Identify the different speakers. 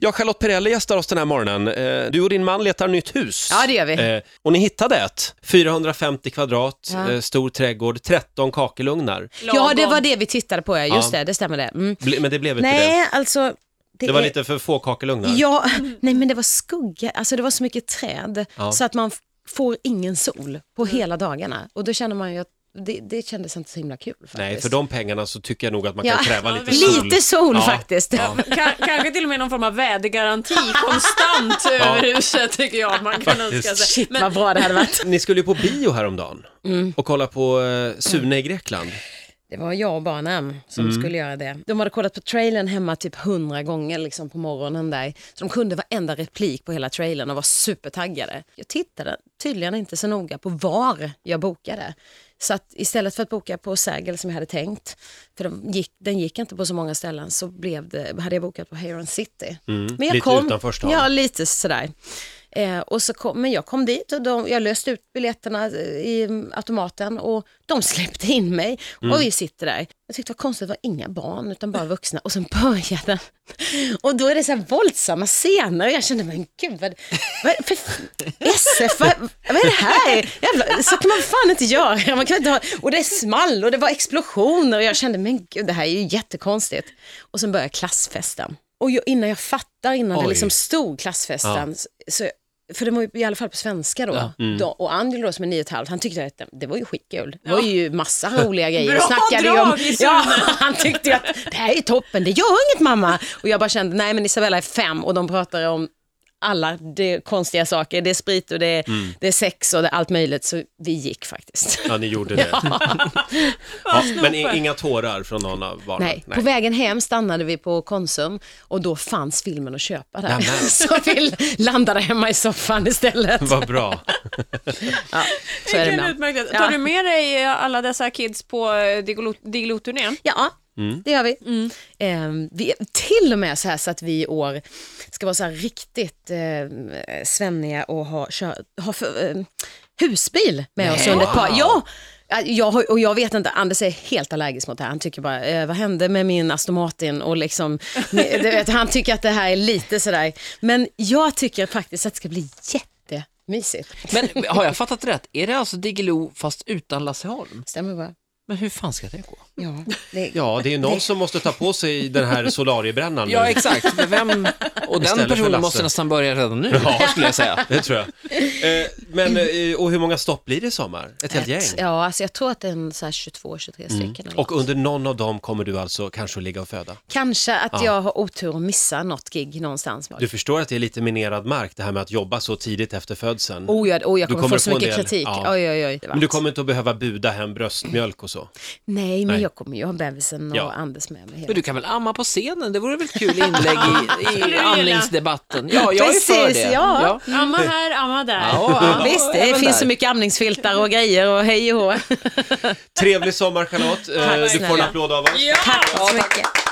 Speaker 1: Ja, Charlotte Perrelli gästar oss den här morgonen. Eh, Du och din man letar nytt hus.
Speaker 2: Ja, det gör vi.
Speaker 1: Eh, Och ni hittade ett. 450 kvadrat,
Speaker 2: Ja.
Speaker 1: eh, stor trädgård, 13 kakelugnar.
Speaker 2: Ja, det var det vi tittade på, ja. just
Speaker 1: Ja.
Speaker 2: det, det stämmer det. Mm.
Speaker 1: Ble- Men det blev inte det.
Speaker 2: Nej, alltså. Det,
Speaker 1: Det var
Speaker 2: är-
Speaker 1: lite för få kakelugnar.
Speaker 2: Ja, nej men det var skugga, alltså det var så mycket träd
Speaker 1: Ja.
Speaker 2: så att man f- får ingen sol på hela dagarna och då känner man ju att det, det kändes inte så himla kul faktiskt.
Speaker 1: Nej, för de pengarna så tycker jag nog att man
Speaker 2: Ja.
Speaker 1: kan kräva lite
Speaker 2: Lite
Speaker 1: sol.
Speaker 2: sol,
Speaker 1: Ja.
Speaker 2: faktiskt.
Speaker 3: Ka- kanske till och med någon form av vädergaranti konstant över huset tycker jag man kan önska sig.
Speaker 2: Shit
Speaker 3: Men
Speaker 2: vad bra det hade varit.
Speaker 1: Ni skulle ju på bio häromdagen
Speaker 2: Mm.
Speaker 1: och kolla på eh, Sune i Grekland.
Speaker 2: Det var jag och barnen som
Speaker 1: Mm.
Speaker 2: skulle göra det. De hade kollat på trailern hemma typ hundra gånger liksom på morgonen där. Så de kunde varenda replik på hela trailern och var supertaggade. Jag tittade tydligen inte så noga på var jag bokade. Så att istället för att boka på Sergel som jag hade tänkt, för de gick, den gick inte på så många ställen, så blev det, hade jag bokat på Heron City. Men
Speaker 1: Mm. lite utanför stan.
Speaker 2: Ja, lite sådär. Eh, och så kom, men jag kom dit och de, jag löste ut biljetterna eh, i automaten och de släppte in mig och vi sitter där. Jag tyckte det var konstigt, det var inga barn utan bara vuxna och sen började den. Och då är det så här våldsamma scener och jag kände, men gud vad, vad för, SF, vad, vad är det här? Jävla, så kan man fan inte göra. Man kan inte ha, och det small och det var explosioner och jag kände, men gud det här är ju jättekonstigt. Och sen började klassfesten. Och jag, innan jag fattar, innan
Speaker 1: Oj.
Speaker 2: det liksom stod klassfesten, så, för det var ju i alla fall på svenska då.
Speaker 3: Mm.
Speaker 2: då och Angelo då, som är nio och ett halvt, han tyckte att det var ju skitkul. Det var ju massa roliga grejer.
Speaker 3: Bra
Speaker 2: Och snackade ju
Speaker 3: drag i
Speaker 2: om,
Speaker 3: sömnen.
Speaker 2: ja, han tyckte ju att det här är ju toppen, det gör inget mamma. Och jag bara kände, nej men Isabella är fem och de pratar om alla det konstiga saker, det är sprit och det är,
Speaker 3: Mm.
Speaker 2: det är sex och det är allt möjligt. Så vi gick faktiskt.
Speaker 1: Ja, ni gjorde det. ja. men i- inga tårar från någon av barnen?
Speaker 2: Nej, på vägen hem stannade vi på Konsum och då fanns filmen att köpa där.
Speaker 1: Nämen.
Speaker 2: Så vi landade hemma i soffan istället.
Speaker 1: Vad bra.
Speaker 2: Ja, så är det
Speaker 3: Vilken
Speaker 2: ibland.
Speaker 3: utmärkt.
Speaker 2: Ja.
Speaker 3: Tar du med dig eh, alla dessa kids på eh, Digilo- Diggiloo-turnén?
Speaker 2: Ja, det gör vi. Eh, vi. Till och med så här så att vi i år ska vara så här riktigt eh, svenniga och ha, kör, ha för, eh, husbil med oss under ett par... Ja, Ja, jag, har- och jag vet inte, Anders är helt allergisk mot det här. Han tycker bara, eh, vad hände med min Aston Martin? Och liksom, ni- du vet, han tycker att det här är lite sådär. Men jag tycker faktiskt att det ska bli jättemysigt.
Speaker 4: Men har jag fattat rätt? Är det alltså Diggiloo fast utan Lasse Holm?
Speaker 2: Stämmer bra?
Speaker 4: Men hur fan ska det gå?
Speaker 2: Ja, det,
Speaker 1: Ja, det är ju någon som måste ta på sig den här solariebrännaren.
Speaker 4: Ja, exakt. Men vem... Och
Speaker 1: Istället för
Speaker 4: den
Speaker 1: Lasse.
Speaker 4: personen måste nästan börja redan nu,
Speaker 1: Ja.
Speaker 4: skulle jag säga.
Speaker 1: Det tror jag. Eh, Men, eh, och hur många stopp blir det i sommar? Ett helt gäng? Mm.
Speaker 2: Ja, alltså jag tror att det är en så här 22-23 stycken. eller
Speaker 1: Och under någon av dem kommer du alltså kanske att ligga och föda.
Speaker 2: Kanske att
Speaker 1: Ja.
Speaker 2: jag har otur och missar något gig någonstans.
Speaker 1: Du förstår att det är lite minerad mark det här med att jobba så tidigt efter födseln.
Speaker 2: Oh, jag, oh, jag
Speaker 1: Du
Speaker 2: kommer,
Speaker 1: kommer
Speaker 2: få så
Speaker 1: få en
Speaker 2: mycket
Speaker 1: del,
Speaker 2: kritik.
Speaker 1: ja.
Speaker 2: Oj, oj, oj.
Speaker 1: Men du kommer inte att behöva buda hem bröstmjölk och så.
Speaker 2: Nej, men
Speaker 1: Nej.
Speaker 2: jag kommer ju ha bebisen och
Speaker 1: Ja.
Speaker 2: Anders med mig. hela
Speaker 4: Men du kan väl amma på scenen? Det vore väl kul inlägg i, i amningsdebatten? Ja, jag är för
Speaker 2: Precis,
Speaker 4: det.
Speaker 2: ja.
Speaker 3: Amma här, amma där.
Speaker 4: Ja,
Speaker 2: Visst, det
Speaker 4: även
Speaker 2: finns så
Speaker 4: där.
Speaker 2: mycket amningsfiltar och grejer och hej och hå.
Speaker 1: Trevlig sommar Charlotte. Eh, Du får en
Speaker 2: snälla.
Speaker 1: applåd av oss.
Speaker 3: Ja!
Speaker 2: Tack så mycket.